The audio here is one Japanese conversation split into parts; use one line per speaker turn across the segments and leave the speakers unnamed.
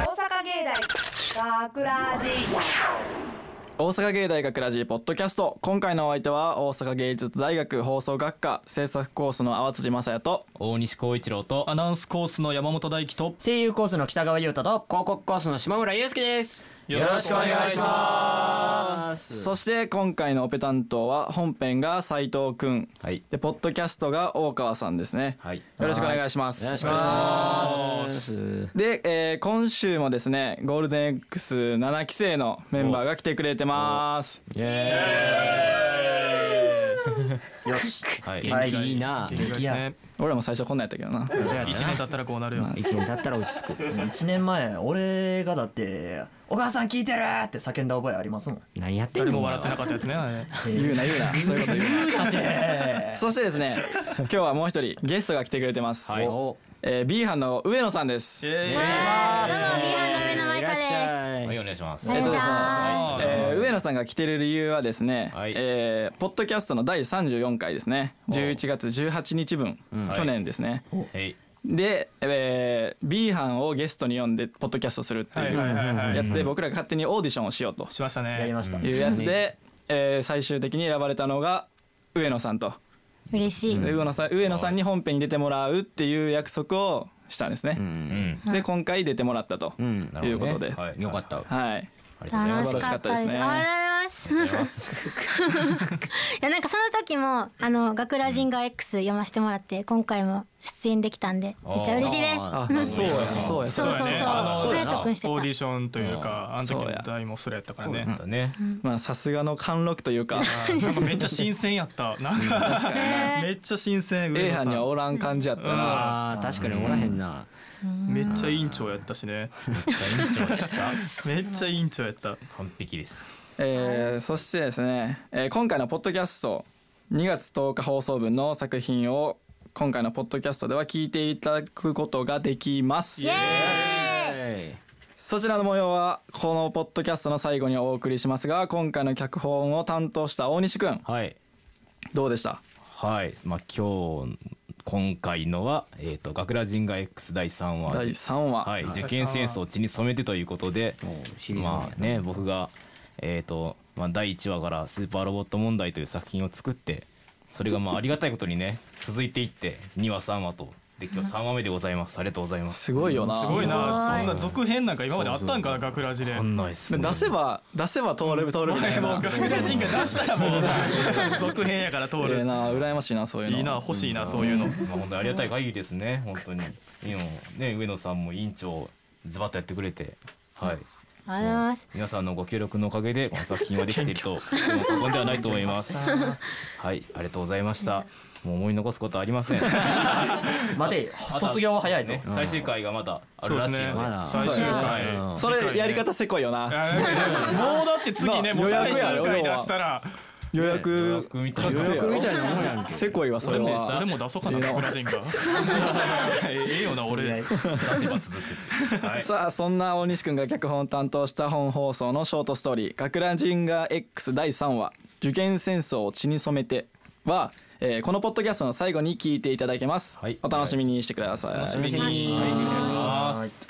大学ラジ
大阪芸大学ラジポッドキャスト今回のお相手は大阪芸術大学放送学科制作コースの淡辻雅也と
大西光一郎と
アナウンスコースの山本大輝と
声優コースの北川優太と
広告コースの島村祐介です
よろしくお願いしますそして今回のオペ担当は本編が斉藤くん、
はい
でポッドキャストが大川さんですね、
はい
よろしくお願いします
お願いします
で、えー今週もですねゴールデン X7 期生のメンバーが来てくれてます
よし
はい
元気いいな
元気ですね
俺らも最初こんなんやったけどな
一年経ったらこうなるよ
一年経ったら落ち着 く
1年前俺がだって「お母さん聞いてる!」って叫んだ覚えありますもん
何やってん
誰
の
も笑ってなかったやつねあれ
言うな言うなそういうこと言うな そしてですね今日はもう一人ゲストが来てくれてます、
はい
お
えー、B 班の上野さんです、え
どうもビハの上のマイカです。
はいいお願いします
っとですね
あ
えー上野さんが来てる理由はですね、
はい
えーポッドキャストの第34回ですね11月18日分、去年ですね、
はい
で、えー、B 班をゲストに呼んでポッドキャストするって
はいいうはいはいはい
やつで僕らが勝手にオーディションをしようと
しましたね
やりました
いうやつで、えー最終的に選ばれたのが上野さんと、
嬉しい。
で上野さん上野さんに本編に出てもらうっていう約束をしたんですね、
うん
で今回出てもらったと、
うん
な
とい
る
う
ほ
こ
ど
と
ね
で、
はい
よかった
はい
ありがとうござ
楽
います
しかったです。
素晴らしかったですね
ね、笑います。いやなんかその時もあの学ラジンガ X 読ませてもらって今回も出演できたんでめっちゃ嬉しいです。
あ
あそうやそうや
そ
そう
そう
うや
そう。
あの
そうやとくんしてた。
オーディ
い
ションというかあの時
そうや
の題もそれやったからね
だね
まあさすがの貫禄というか
なんかめっちゃ新鮮やったなんかめっちゃ新鮮
A
上野さ
班にはおらん感じやったな、
あー確かにおらへんなん
めっちゃ委員長やったしね
めっちゃ緊張でし た
めっちゃ委員長やった
完璧です
えーそしてですね、えー今回のポッドキャスト2月10日放送分の作品を今回のポッドキャストでは聞いていただくことができます
イエーイ。
そちらの模様はこのポッドキャストの最後にお送りしますが今回の脚本を担当した大西くん
はい
どうでした
はいまあ今日今回のはえっと学ラジンガ X 第三話
第3話、
はい、受験戦争を血に染めてということで
シリーズも
まあね僕がえっ、と、まあ、第1話から「スーパーロボット問題」という作品を作ってそれがまあありがたいことにね続いていって2話3話とで今日3話目でございますありがとうございます
すごいよな
すごいなそんな続編なんか今まであったんかな学ラジで
そんないっすね
出せば出せば通る通るみたい
も
な
う学ラジンが出したら もう続編やから通
ええ
る
な羨ましいなそういうの
いいな欲しいなそういうの
まあ本当にありがたい限りですね本当にいいのね上野さんも委員長ズバッとやってくれてはい
ありがとうございます。
皆さんのご協力のおかげでこの作品はできて いると言っても過言ではないと思いますはいありがとうございましたもう思い残すことはありませ ん
待てよ卒業は早いぞ
ね、最終回がまだあ
そう
る
で
ら
す
しい
ね
ので
最終回
うん
それやり方せこいよな
あーもうだって 次ね
な
もう
予約
最
や
終回出したら
予
予
約
約みたいな
予約み
みたいなもんやんけ
せこいわそれ
俺も
は
俺も出そうかな学 ラジンがええよな俺
出せば続くはい
さあそんな大西くんが脚本を担当した本放送のショートストーリー「学ラジンガ X 第3話受験戦争を血に染めては」えーこのポッドキャストの最後に聞いていただけます、
はい
お楽しみにしてください
にはいお願いします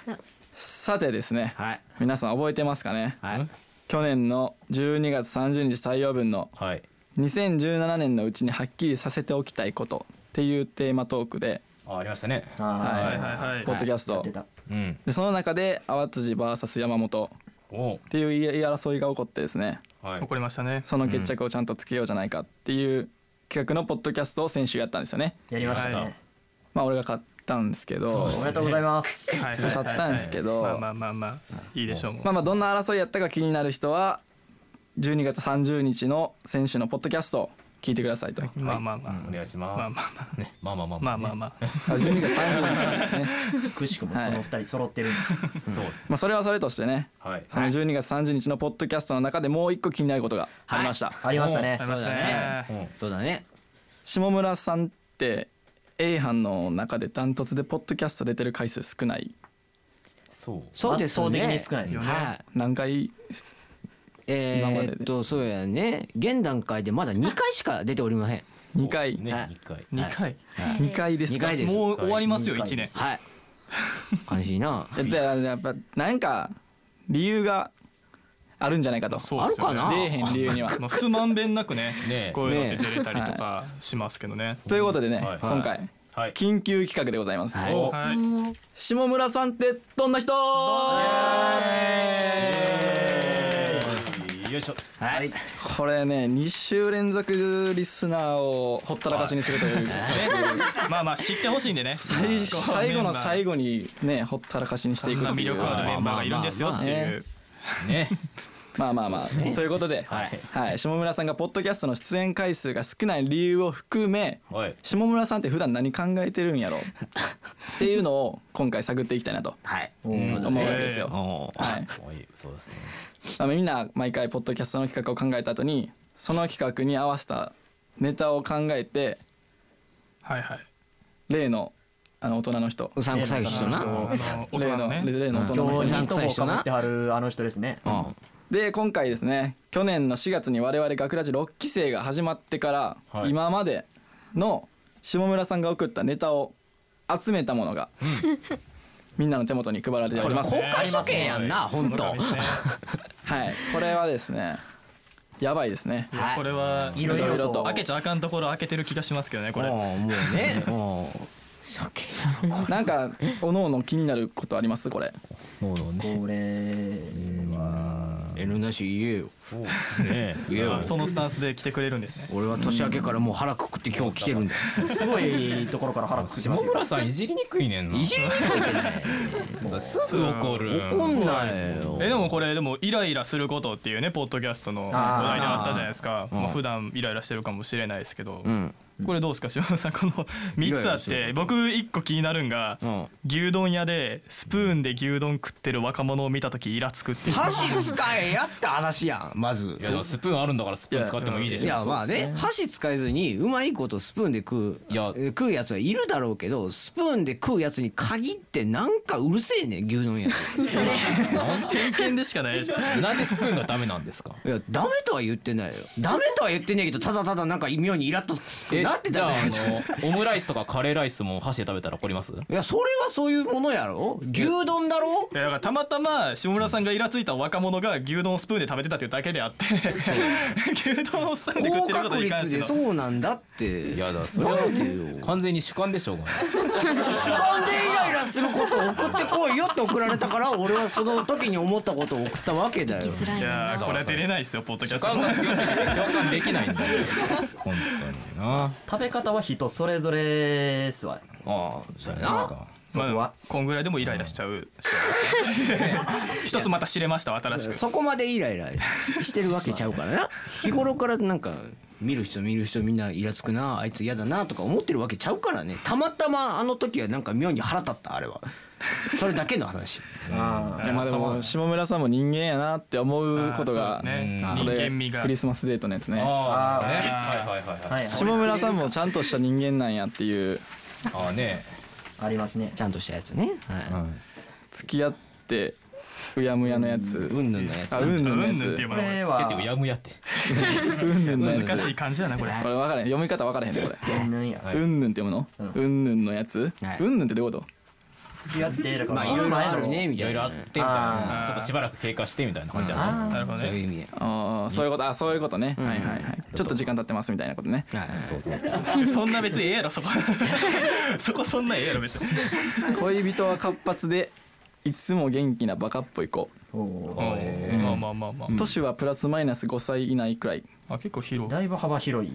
さてですね、
はい
皆さん覚えてますかね
はい
去年の12月30日採用分の
はい
2017年のうちにはっきりさせておきたいことっていうテーマトークで、
あありましたね
はい
はいはい
ポ
は
ッドキャスト、
やってた
うん
でその中で淡辻 VS 山本っ
お
ていう言い争いが起こってですね
はい
い怒りましたね
その決着をちゃんとつけようじゃないかっていう企画のポッドキャストを先週やったんですよね
やりました
はい
ね
まあ俺が買ったんですけど
おめでとうございます
はい
買ったんですけど
まあまあまあまあいいでしょうもう
まあまあどんな争いやったか気になる人は12月30日の先週のポッドキャストを聞いてくださいと
まあまあまあ
お願いし
ま
ま
あ
す
まあま
ねまあまあまあ
あまあまあまあ
あ12月30日、ね
くしくもその二人揃ってる
あそうです
まあ、それはそれとしてね
はい
その12月30日のポッドキャストの中でもう一個気になることがありました、
ありましたね
ありましたね
うん
そうだね
下村さんって A 班の中でダントツでポッドキャスト出てる回数少ない
そう
そうですね
圧倒的に少ないですね
はい
何回
え
今までで
ーっとそうやね現段階でまだ2回しか出ておりません
2回、
ね
はい
2回
2回
2回ですか
二回です
もう終わりますよ1年
はい悲しいな
だからやっぱなんか理由があるんじゃないかと
そうっすよね
あるかな
出えへん理由 には。
まあ普通まんべんなくね
ねえ
こういうのって出れたりとかしますけどね
ということでね、
はい
今回
はい
緊急企画でございます。
はい
お
はい
もう
下村さんってどんな人
よいしょ
はい。
これね2週連続リスナーをほったらかしにするという、
まあまあ知ってほしいんでね
最最後の最
後
後にねほったらかしにしていく
な
って
魅
いう
力あるメンバーがいるんですよって
まあまあまあま
いう
ね
まあまあまあ、ということで、
はい
はい、下村さんがポッドキャストの出演回数が少ない理由を含め
はい
下村さんって普段何考えてるんやろっていうのを今回探っていきたいなと
はい。
思うわけですよ。
おー
はい
いそうですね
まあ、みんな毎回ポッドキャストの企画を考えた後にその企画に合わせたネタを考えて
はいはい
例のあの大人の人
うさんくさい人
あ
な。
の大
例の
人のね
例の大人の
今日
人
う
ち
さ
ゃ
ん
ん
く
と
さ
も
い
か
人
ぶ
な
ってはるあの人ですね。
で今回ですね去年の4月に我々学ラジ6期生が始まってから、
はい
今までの下村さんが送ったネタを集めたものが、みんなの手元に配られております。
公開処刑やんな、本
村
当。
上ね
はい、これはですねやばいですね。
いやこれはい
ろいろと
開けちゃあかんところ開けてる気がしますけどねこれ
もうもうね。もう。処刑。
なんかおのおの気になることありますこれ。
もうね
これ
えのなし言えよ。
ね
言えよ
あ。そのスタンスで来てくれるんですね
俺は年明けからもう腹くくって今日来てるんだよ。
すごいところから腹くくって
下
ますよ。
村さんいじりにくいねんない
じりにくいけどね。
すぐ怒る
怒んないよ。
えでもこれでもイライラすることっていうねポッドキャストの話題であったじゃないですかまあ普段イライラしてるかもしれないですけど、
うん。
これどうですか島田さん この3つあっ
イライラす
て
る
僕1個気になるんが、
うん
牛丼屋でスプーンで牛丼食ってる若者を見た時イラつくっていう
箸使えやった話やんまず
いやでもスプーンあるんだからスプーン使ってもいいでしょ
いやまあね箸使えずにうまいことスプーンで食う
いや
え食うやつはいるだろうけどスプーンで食うやつに限ってなんかうるせえね牛丼 やい
それ
偏見でしか ないでしょ
なんでスプーンがダメなんですか
やダメとは言ってないよダメとは言ってないけどただただなんか妙にイラッと
え
なって
じ
た
ゃ
よ
ああのオムライスとかカレーライスも箸で食べたら怒ります
いやそれはそういうものやろ牛丼だろ
いやだからたまたま下村さんがイラついた若者が牛丼をスプーンで食べてたっていうだけであって 牛丼をスプーンで食っ
高
てること
確
に関
率
して
で
の
そうなんだって
いやだそれは
なんでよ
完全に主観でしょうがない
主観でイライラすることを送ってこいよって送られたから俺はその時に思ったことを送ったわけだよ
つらい
いや
な
ーこれは出れないですよポッドキャス
主
ト
観が強すぎて共感できないんだよ本当にな
食べ方は人それぞれっすわ。
ああそうやな
そこは
まあ、こんぐらいでもイライラしちゃう人一つまた知れました新しく
そこまでイライラし してるわけちゃうからな日頃からなんか見る人見る人みんなイラつくなあいつ嫌だなとか思ってるわけちゃうからねたまたまあの時はなんか妙に腹立ったあれはそれだけの話
あ
まあでも下村さんも人間やなって思うことが、
あーそうですね
うん
人
これ
間味が
クリスマスデートのやつね。
ああねはいはいはい
あは
はいい
はい
下村さんもちゃんとした人間なんやっていう
ああね
ありますね。
ちゃんとしたやつねは
付き合ってうやむやのやつ
いうんぬんのやつ
あうんぬんの
う
や
んぬんっ
つ
ていう
こ
もの
れ
が
つけてう
は
やむやって
うんぬんのやつ
難しい感じだなこれ
これ分からへん読み方分からへんねこれ
うんぬんや
はい
うんぬんって読むのうんぬんのやつ
はい
うんぬんってどういうこ
付き合ってだか
ま
らそ
あい
の
ろいろ
前
ある
の
ねみ
い
た
ろ
い
いろあ
な
っ
ね
てみたいな
あー
ちょっとしばらく経過してみたいな感じじゃない
あ
なるほど
そういう
ね
意味で
とああそういうことあそういうことねはいはいはいちょっと時間経ってますみたいなことね
そうそう
そんな別にええやろそこ そこそんなええやろ別に
恋人は活発でいつも元気なバカっぽい子
お
うんまあまあまあまあ
年はプラスマイナス5歳以内くらい
あ結構広
ー
い
だいぶ幅広い。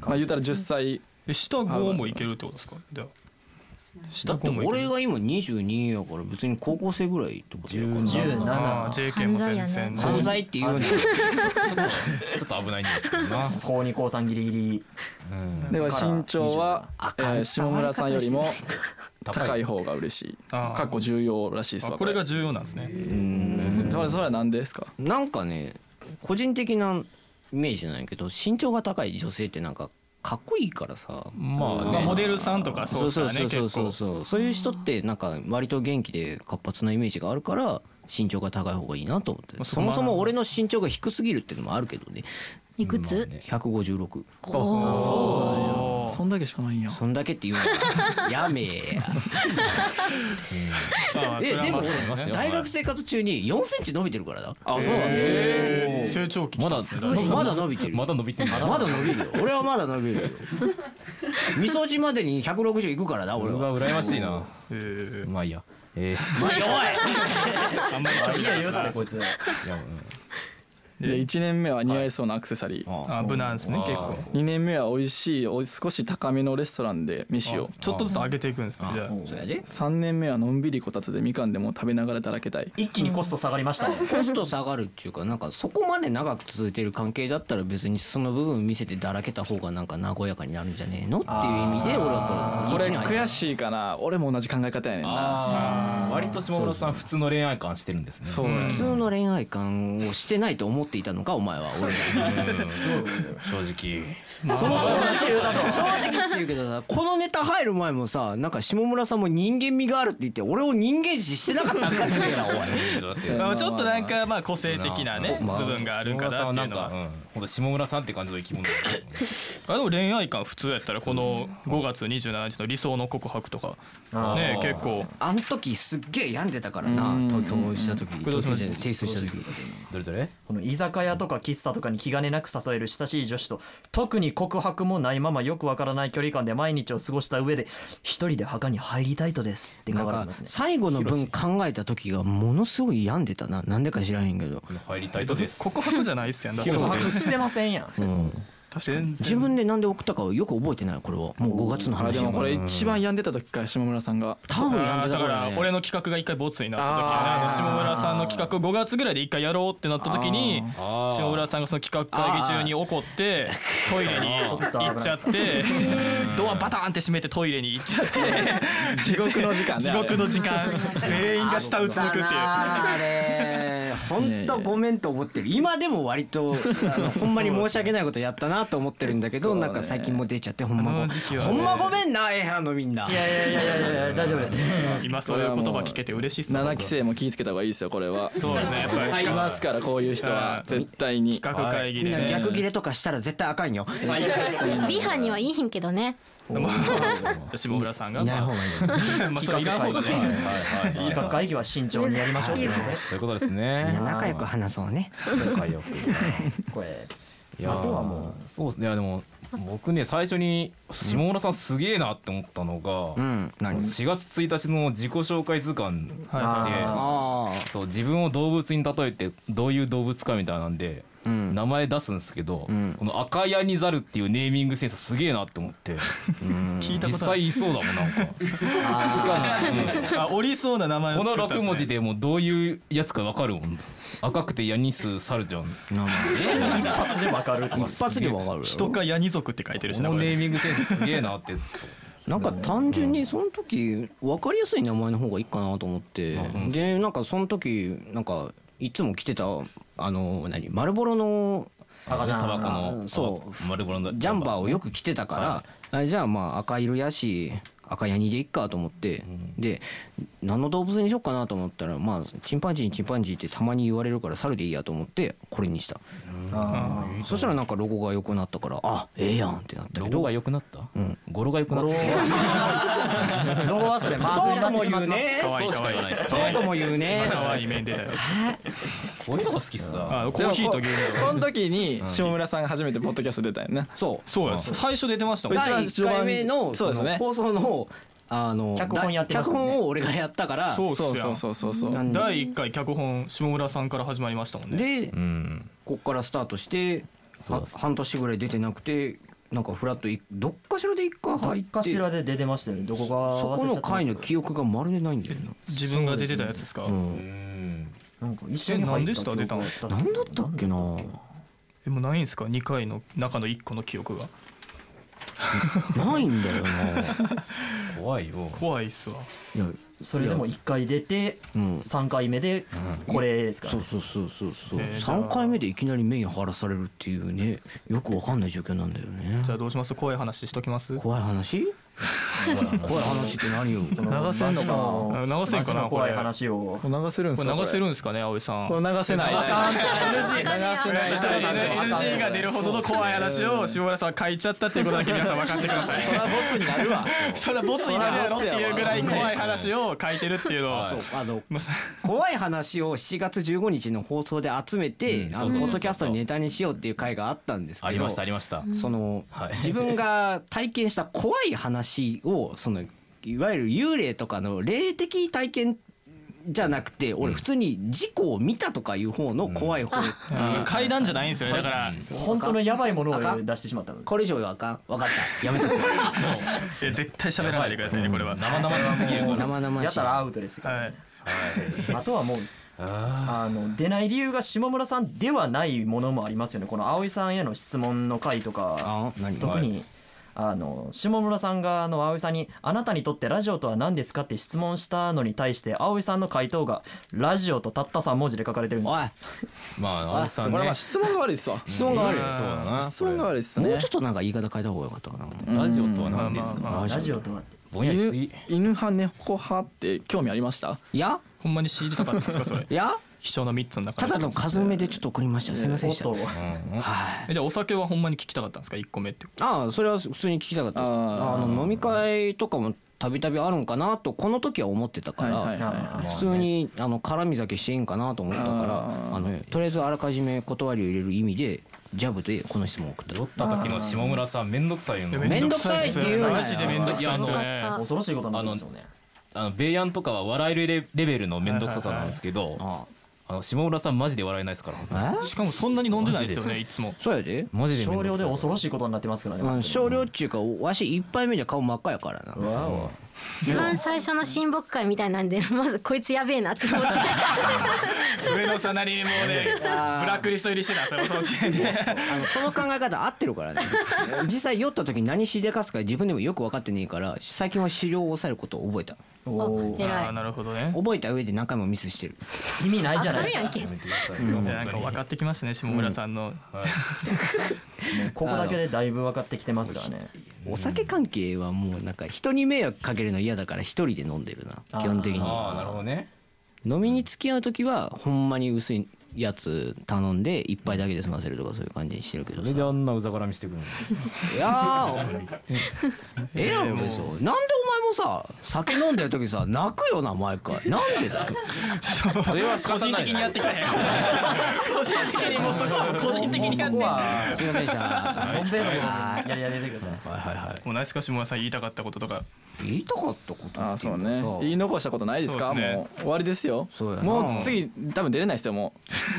まあ言うたら10歳
え下5もいけるってことですかじゃあ
だ
下
って
5もいけ
俺
る
が今22やから別に高校生ぐらいってことやから
17
あー JK も全然
犯
犯罪っていうより
ちょっと危ないんですけどな
高2高3ギリギリ。
では身長はえー下村さんよりも高い方が嬉しい
あー
かっこ重要らしいです
あ
わ
これが重要なんですね
それそれは何ですか
なんかね個人的なイメージなんやけど身長が高い女性ってなんかかっこいいからさ
まあねモデルさんとかそう
そ
ですか
うそう
らね
そ
結
うそうそ
構
うそうそういう人ってなんか割と元気で活発なイメージがあるから身長が高い方がいいなと思ってそもそも俺の身長が低すぎるっていうのもあるけどね
いくつ、
156
そんだけしかないんや
そんだけって言うのやめ えや
ああ
え
それは
で
ま
も
あそう
ま
俺
すよ
大学生活中に4センチ伸びてるからだ
あそうなんです
えー成長期
まだ
まだ伸びてる
まだ伸びてる
まだ伸びるよ俺はまだ伸 びるよみそじまでに160いくからだ俺
う
は
わ羨ましいな
えー
まあいいやえ
まあ弱い
あんまり興味ない
言うたらこいつ
ーいやう
ね
ん
で1年目は似合いそうなアクセサリー
あ無難ですね
あー
結構
2年目は美味しいお少し高めのレストランで飯を
ちょっとずつ上げていくんですねじゃあ
そうやで
3年目はのんびりこたつでみかんでも食べながらだらけたい
一気にコスト下がりましたね
コスト下がるっていうかなんかそこまで長く続いてる関係だったら別にその部分見せてだらけた方がなんか和やかになるんじゃねえのっていう意味で俺はこ
これ
れこっちに入って
悔しいかな俺も同じ考え方やねんな
あー割と下村さん普通の恋愛観してるんですね
そう
普通の恋愛観をしてないと思っていたのかお前は俺は
正直
そもそも正直って言うけどさこのネタ入る前もさなんか下村さんも人間味があるって言って俺を人間視してなかったんかてめえらおい
だって
まあちょっとなんかまあ個性的なね部分があるからっていうのは
下村さんはなんかうんほんと下村さんって感じの生き物だと思う
あでも恋愛観普通やったらこの5月27日の理想の告白とかね
あー
結構
あの時すっげえ病んでたからな投票した時投票じゃない提出した時
どれどれ
この居酒屋とか喫茶とかに気兼ねなく誘える親しい女子と特に告白もないままよくわからない距離感で毎日を過ごした上で一人で墓に入りたいとですって
な
書
ん
かれて
か
ますね
最後の分考えた時がものすごい病んでたななんでか知らへんけど、
入りたいとです
告白じゃないっすやんだって
告白してませんやん
うん、
全然
自分でなんで送ったかをよく覚えてないこれはもう5月の
あ
話
で
や
も
か
こ
ら
れ一番病んでた時から下村さんが
多分病ん
あー
で
だ
た
か
から
ら
ね
俺の企画が一回ボツになった時にねあの下村さんの企画を5月ぐらいで一回やろうってなった時に
あー
下村さんがその企画会議中に怒ってトイレに
ちょっと危ない
行っちゃってドアバタンって閉めてトイレに行っちゃって
地獄の時間ね
地獄の時間全員が下うつむくってい う
あれ本当ごめんと思ってる今でも割とあのほんまに申し訳ないことやったなと思ってるんだけどなんか最近も出ちゃってほんま
あ
ご
の時期は
ほ
ね
んまごめんなええやのみんない
やいやいやいやいや大丈夫です
今そういう言葉聞けて嬉しいっすね
7期生も気ぃつけた方がいいですよこれは
そうですねやっぱり
い
企画
ますからこういう人は絶対に
企画会議
み
で
んな
ね
逆ギレとかしたら絶対あかんよ
ビハンにはいいひんけどね
下村さんが
いない方がいいよ
まあそういらん方がね
はいはい
企画会議は慎重にやりましょうっていうことで
そういうことです
みん
ね
な仲良く話そうね
仲良く
これ
いや
あとはも
うそうですねいやでも僕ね最初に下村さんすげえなって思ったのが、
うん何
4月1日の自己紹介図鑑で、
ああ
そう自分を動物に例えてどういう動物かみたいなんで、
うん
名前出すんですけど、
ん
この赤ヤニザルっていうネーミングセンスすげえなって思って
聞いた
実
ことある
際いそうだもんなんかしかも
あおりそうな名前を
この
作ったんす
6
ね
文字でもうどういうやつかわかるもん赤くてヤニスサルじゃん
一発でわかる
一発でわかるよ
人かヤニ族って書いてるし
こ
な
の
こ
ネ
れ
ーミングセンスすげえなって
なんか単純にその時分かりやすい名前の方がいいかなと思って、でなんかその時なんかいつも着てたあの何丸ボロの
赤ちゃん
タバコの
あそう
あ丸ボロの
ジャンバーをよく着てたから、あじゃあまあ赤色やし赤ヤニでいっかと思って、で何の動物にしようかなと思ったらまあチンパンジーチンパンジーってたまに言われるから猿でいいやと思ってこれにした、そしたらなんかロゴが良くなったからあええやんってなった
ロ
け
ゴ
ど
が良くなった、語呂が良くなった
ロゴ忘れマー
そ
ク
う
に
と
なっ
も
てしま
言
っ
う
てます
ね
可愛い
そうし
可
か
愛い
言わないです
そう
ね
とも言うね
可愛い面出たよ
こういうとこ好きっすわ
あコーヒーと牛乳
ここの時に下村さんが初めてポッドキャスト出たよね
そう
そうや最初出てましたもん
うちは
第1回目の
そうで
そ
すね
の放送のあの
脚本やってました
脚
ね
本を俺がやったから
そうっす
そ
やん
うそうそうそうそう
なんで
第1回脚本下村さんから始まりましたもんね
で
うん
こっからスタートして
そう
は
です
半年ぐらい出てなくてなんかフラットいどっかしらで一回入って
かしらで出てましたよねどこか
そ
忘
こ
れちゃ
の
ってま
回
すけ
の
ど
記憶がまるでないんだよ
自分が出てたやつですか
な、う
で
ん、
なんか一緒に入った記憶
え何で
があ
何だったっけ な
もないんですか2回の中の1個の記憶が
ないんだよな、
怖いよ
怖いっすわ
いや
それでも1回出て
うん、
3回目でこれですから
そうそうそうそうそう、
えーじゃあ
3回目でいきなりメイン張らされるっていうねよくわかんない状況なんだよね
じゃあどうします怖い話しときます
怖い話怖い話って何よ
流せんのかな
な流せんかな
マジの怖い
これ
話を
これ流せるんです
こ
か
れ
こ
流せ
る
るんですかね葵さん
流せない
流せ
ない
ない NG が出るほどの怖い話を下村さんは書いちゃったっていうことだけ皆さん分かってください
そりゃボツになるわ
それはボツになるやろっていうぐらい怖い話を書いてるっていうのは
そう あの怖い話を7月15日の放送で集めて、
うん
あ
そう
の
そうそうそう
ポッドキャストにネタにしようっていう回があったんですけど
ありましたありました。
その、
はい
自分が体験した怖い話をそのいわゆる幽霊とかの霊的体験じゃなくて俺普通に事故を見たとかいう方の怖い方、
うん階段じゃないんですよねだから
本当のやばいもの
あか
を
ん
出してしまったの
これ以上はあかん分かったやめとこ
いや絶対喋らないでくださいねこれは
生々しすぎる
う
これ。
生々しい
やったらアウトですから
はい
あとはもうあの出ない理由が下村さんではないものもありますよねこの葵さんへの質問の回とか
あ何
特にあの下村さんがあの葵さんに「あなたにとってラジオとは何ですか?」って質問したのに対して葵さんの回答が「ラジオ」とたった3文字で書かれてるんです
おい
まあ青木さん
これま
ね
あ。質問が悪いっすわ
質問があるよ
そうだな。
質問が悪いっす
も
ね
うちょっとなんか言い方変えた方がよかったかな
ラジオとは何です
まあ
か。
ラジオとは
ぼんやりす
犬
ぎ。
犬派猫派って興味ありました
いや
ほんまに CD とかあったんですかそれ
いや
貴重な3つの中
た
で
だの数目でちょっと送りましたすいません
おっ
でした
と
はい
えじゃあお酒はほんまに聞きたかったんですか1個目って
ああそれは普通に聞きたかったです
ああ
あの飲み会とかもたびたびあるんかなとこの時は思ってたか
はいはい
ら
は
普通にあの絡み酒していいんかなと思ったからあのとりあえずあらかじめ断りを入れる意味でジャブでこの質問を送った
酔った時の下村さんめんどくさいよね。
めんどくさいっていうのは
マジでめんどくさいですよね
あ
恐ろしいことになるんですよね
あのベイアンとかは笑えるレレベルのめんどくささなんですけど、
あ
あの下村さんマジで笑えないですから。
あえ
しかもそんなに飲んでないですよねいつも
そうやで
マジでめん
少
ど
量
く
で
さい。
恐ろしいことになってますからね
あの少量っちゅうかわし一杯目じゃ顔真っ赤やからな
わお
一番最初の親睦会みたいなんで まずこいつやべえなって思って
上野さなりにもうねブラックリスト入りしてたそれ恐ろしいね
あのその考え方合ってるからね 実際酔った時に何しでかすか自分でもよく分かってねえから最近は資料を抑えることを覚えた
おー
あ
偉
あ
い
なるほどね
覚えた上で何回もミスしてる
意味ないじゃ
あ
ない
る
です
や
か
んけ
いやなんか分かってきますね下村さんの
ここだけでだいぶ分かってきてますからね
お酒関係はもうなんか人に迷惑かけるの嫌だから一人で飲んでるな基本的に
ああなるほどね。
飲みに付き合う時はほんまに薄いやつ頼んで一杯だけで済ませるとかそういう感じにしてるけど
そ
さ
れ
い
であんなうざがらみしてくるの。
やーええやろ別になんでお前もさ酒飲んでる時さ泣くよな毎回なんでだよ
それは仕
個
方
人
ない
的にやってくれへん個人的にもうそこ は個人的にやって
ここは
すいませんでした
ボンベイのことやりやりやめてください
もうないですか下村さん言いたかったこととか
言いたかったこと
ああそうね
そう
言い残したことないですか
そうですね
もう終わりですよ
そうやな
もう次多分出れないですよもう最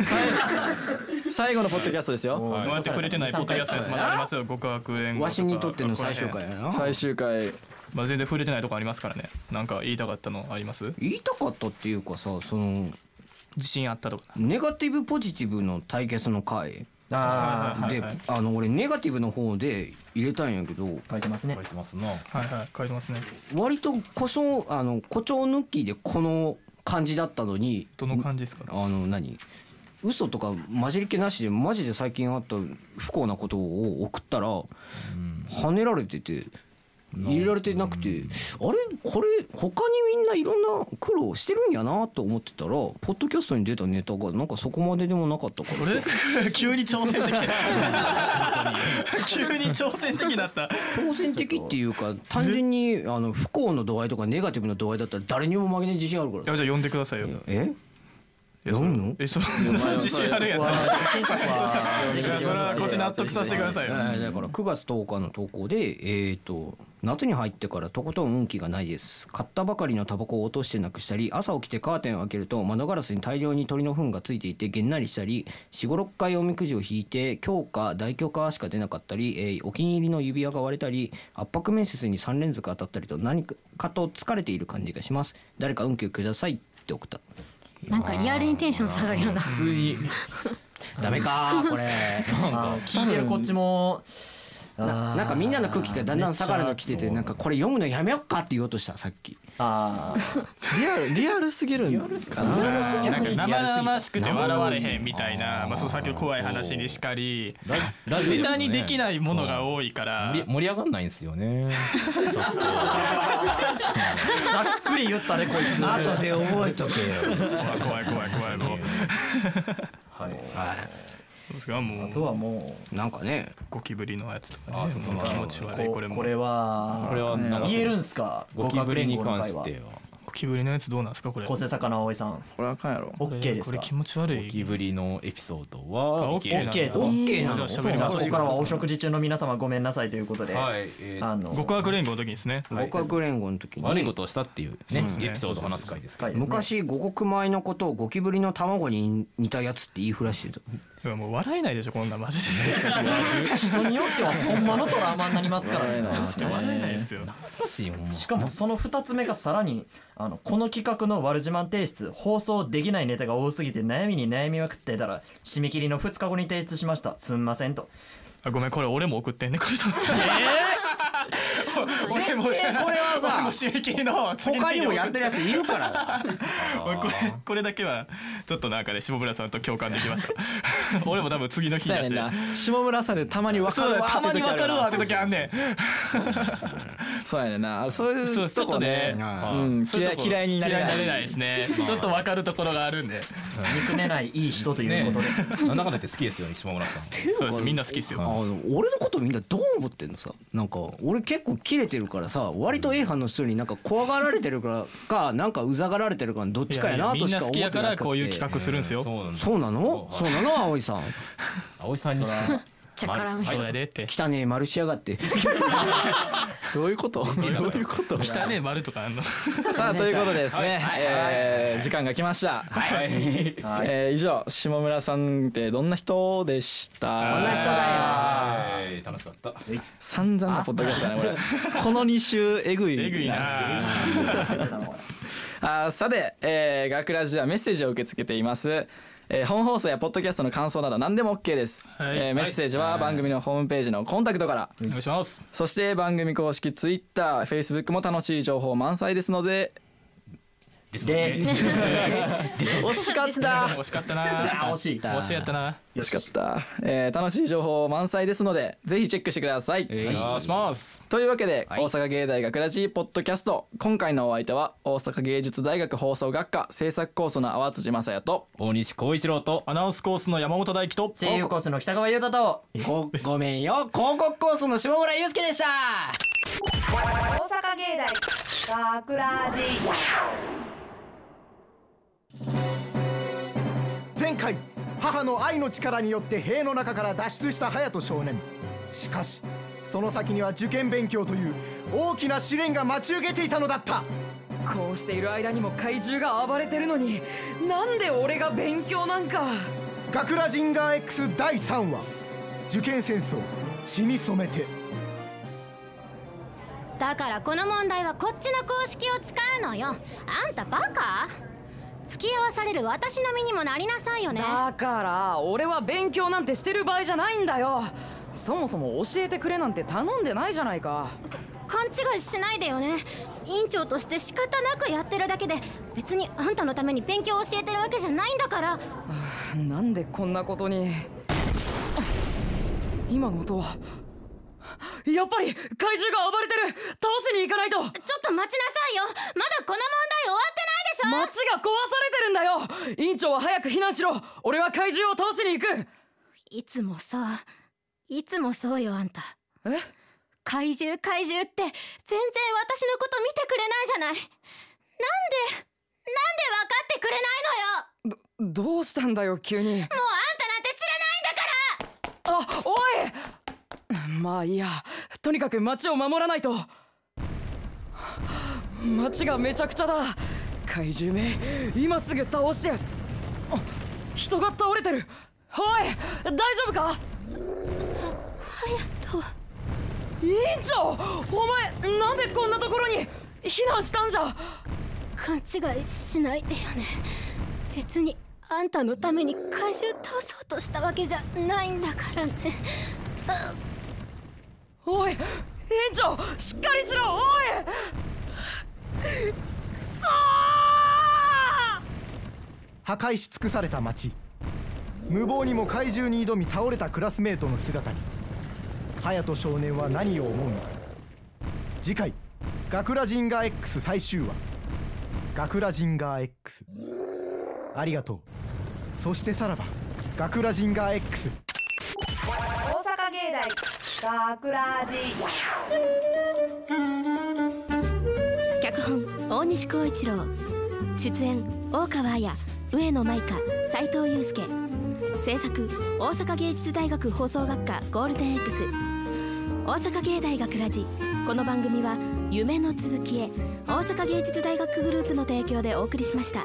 最後のポッドキャストですよ
今まで触れてないポッドキャストですまだありますよ極悪連合とか
わしにとっての最終回やな
最終回
まあ全然触れてないとこありますからねなんか言いたかったのあります
言いたかったっていうかさその
自信あったとか
ネガティブポジティブの対決の回
あ
はい
で、
はい
あの俺ネガティブの方で入れたんやけど
ー書いてますね
書いてますな。
はいはい書いてますね
割と故障あの誇張抜きでこの感じだったのに
どの感じですか
あの何嘘とか混じり気なしでマジで最近あった不幸なことを送ったら跳ねられてて入れられてなくてあれこれ他にみんないろんな苦労してるんやなと思ってたらポッドキャストに出たネタがなんかそこまででもなかっ たから
れ急に挑戦的 急に挑戦的だった
挑戦的っていうか単純にあの不幸の度合いとかネガティブの度合いだったら誰にも負けない自信あるから
じゃあ呼んでくださいよ
え
えそれ
呼ぶの
えそそ自信あるや
こ
つ
こは自信作はぜ
い
ひ
やそれはこっち納得させてください
え
よ
ーだから9月10日の投稿で、えー、と夏に入ってからとことん運気がないです買ったばかりのタバコを落としてなくしたり朝起きてカーテンを開けると窓ガラスに大量に鳥の糞がついていてげんなりしたり46回おみくじを引いて強化大強化しか出なかったり、えーお気に入りの指輪が割れたり圧迫面接に3連続当たったりと何かと疲れている感じがします誰か運気をくださいって送った
なんかリアルにテンション下がるような
普通に
ダメかーこれ
まあ聞いてるこっちもあ
な
ー
なんかみんなの空気がだんだん下がるの来ててなんかこれ読むのやめよっかって言おうとしたさっき
あ
リアルリアルすぎるんかな
なんか生々しくて笑われへんみたいな、まあ、その先ほど怖い話にしかり
ララジオで
無
もね
駄にできないものが多いか
盛
ら
り盛り上がんないんですよね。ちょっと
ーざっくり言ったねこい つ
後で覚えとけよ
怖い怖い怖い怖いもう
はい
そうですかも
あ
う
とはも
なんかね
ゴキブリのやつとか
あ
ね
そうそう
気持ち
う
悪い
こ
これも
これは
これはなんか
言えるんすか
ゴキブリに関
合
し
は
ては
ゴキブリのやつどうなんですかこれ
構成作家の葵さん
これあかんやろ
OK です
こ
か
れ気持ち悪
ゴキ
い
ブリのエピソード
あ
は
OK なんだ
OK と
じ
OK
ゃ
な
あ
の
喋り
じゃあ
ま
こ
しょ
こ
う
からはお食事中の皆様ごめんなさいということで、
はい、えー
あの
極悪連合の時にですね
五角連合の時に
悪いことをしたっていうね
ですね
エピソードを話す回ですか
深いで
ら。
すね
昔五穀米のことをゴキブリの卵に似たやつって言いふ らしてた
いやもう笑えないでしょこんなんマジで
人によってはほんまのトラウマになりますからね
笑えないですよ
おかしいよほんま
しかもその2つ目がさらにあのこの企画の悪自慢提出放送できないネタが多すぎて悩みに悩みまくってたら締め切りの2日後に提出しましたすんませんと
あごめんこれ俺も送ってんねこれと 俺も
絶対これはさ
俺も締め切りの次の
他
日
にもやっ
送
てるやついるから
俺これこれだけはちょっとなんかね下村さんと共感できました 俺も多分次の日
そう
に
やね
出し
ん
て
な下村さんでたまに分か
そう
るわ
た
ー
ま
って時
に
あ
わ
る
かるわって時あんねん
そうやねんなあそう
そ
いううとこね
ちょっ
う
と
ん
そうう
嫌い
とこ
嫌いになれ
嫌いになれ
な
ないいですねちょっとわかるところがあるんで
憎めないいい人と いう ことで、
なんだかんだ言って好きですよね島村さ ん。
そうですみんな好きですよ
あの俺のことみんなどう思ってんのさなんか俺結構キレてるからさ割と A 班の人になんか怖がられてるからかなんかうざがられてるからどっちかやなと
みん
し
な
か
好
思っ
き
てな
や
くて
からこういう企画するんですよ
そうなんだ
そうなのそうなの葵さん
葵さんに。
ちゃからめ
そうやでって
汚ねえ丸しやがって
どういうことどういうこと
汚ねえ丸とかあんの
さあということでですねえー時間が来ました
はい。
えー以上下村さんってどんな人でした
こんな人だよ
はい楽しかった。
散々なポッドキャストだねこれこの2週えぐい
えぐいな
あーさて、えー、学ラジではメッセージを受け付けています、えー本放送やポッドキャストの感想など何でも OK です、
はい
えーメッセージは番組のホームページのコンタクトから
お願いします
そして番組公式 TwitterFacebook も楽しい情報満載ですので
ですね。
惜しかった
惜しかったな
惜しい
もうちょいやったな
惜しかった、えー楽しい情報満載ですのでぜひチェックしてください、
お願いします。
というわけで、大阪芸大学ラジポッドキャスト今回のお相手は大阪芸術大学放送学科制作コースの淡辻雅也と
大西光一郎と。
アナウンスコースの山本大輝と
声優コースの北川優太と
ごごめんよ広告コースの下村祐介でした
大阪芸大学ラジ
前回母の愛の力によって塀の中から脱出した隼人少年しかしその先には受験勉強という大きな試練が待ち受けていたのだった
こうしている間にも怪獣が暴れてるのになんで俺が勉強なんか
学ラジンガー X 第3話受験戦争血に染めて
だからこの問題はこっちの公式を使うのよあんたバカ付き合わされる私の身にもなりなさいよね
だから俺は勉強なんてしてる場合じゃないんだよそもそも教えてくれなんて頼んでないじゃないか
勘違いしないでよね院長として仕方なくやってるだけで別にあんたのために勉強を教えてるわけじゃないんだから
なんでこんなことに今の音はやっぱり怪獣が暴れてる倒しに行かないと
ちょっと待ちなさいよまだこの問題終わってないでしょ
街が壊されてるんだよ院長は早く避難しろ俺は怪獣を倒しに行く
いつもそういつもそうよあんた
え
怪獣怪獣って全然私のこと見てくれないじゃないなんでなんで分かってくれないのよ
どどうしたんだよ急に
もうあんたなんて知らないんだから
あおいまあいいやとにかく町を守らないと町がめちゃくちゃだ怪獣め今すぐ倒してあ人が倒れてるおい大丈夫か
隼人
委員長お前なんでこんなところに避難したんじゃ
勘違いしないでよね別にあんたのために怪獣倒そうとしたわけじゃないんだからね
おい園長しっかりしろおいくそ
破壊し尽くされた町無謀にも怪獣に挑み倒れたクラスメートの姿に隼人少年は何を思うのか次回「ガクラジンガー X」最終話「ガクラジンガー X」ありがとうそしてさらば「ガクラジンガー X」
大阪芸大学ラジ
脚本大西光一郎出演大川彩上野舞香斉藤祐介制作大阪芸術大学放送学科ゴールデン X 大阪芸大学ラジこの番組は夢の続きへ大阪芸術大学グループの提供でお送りしました。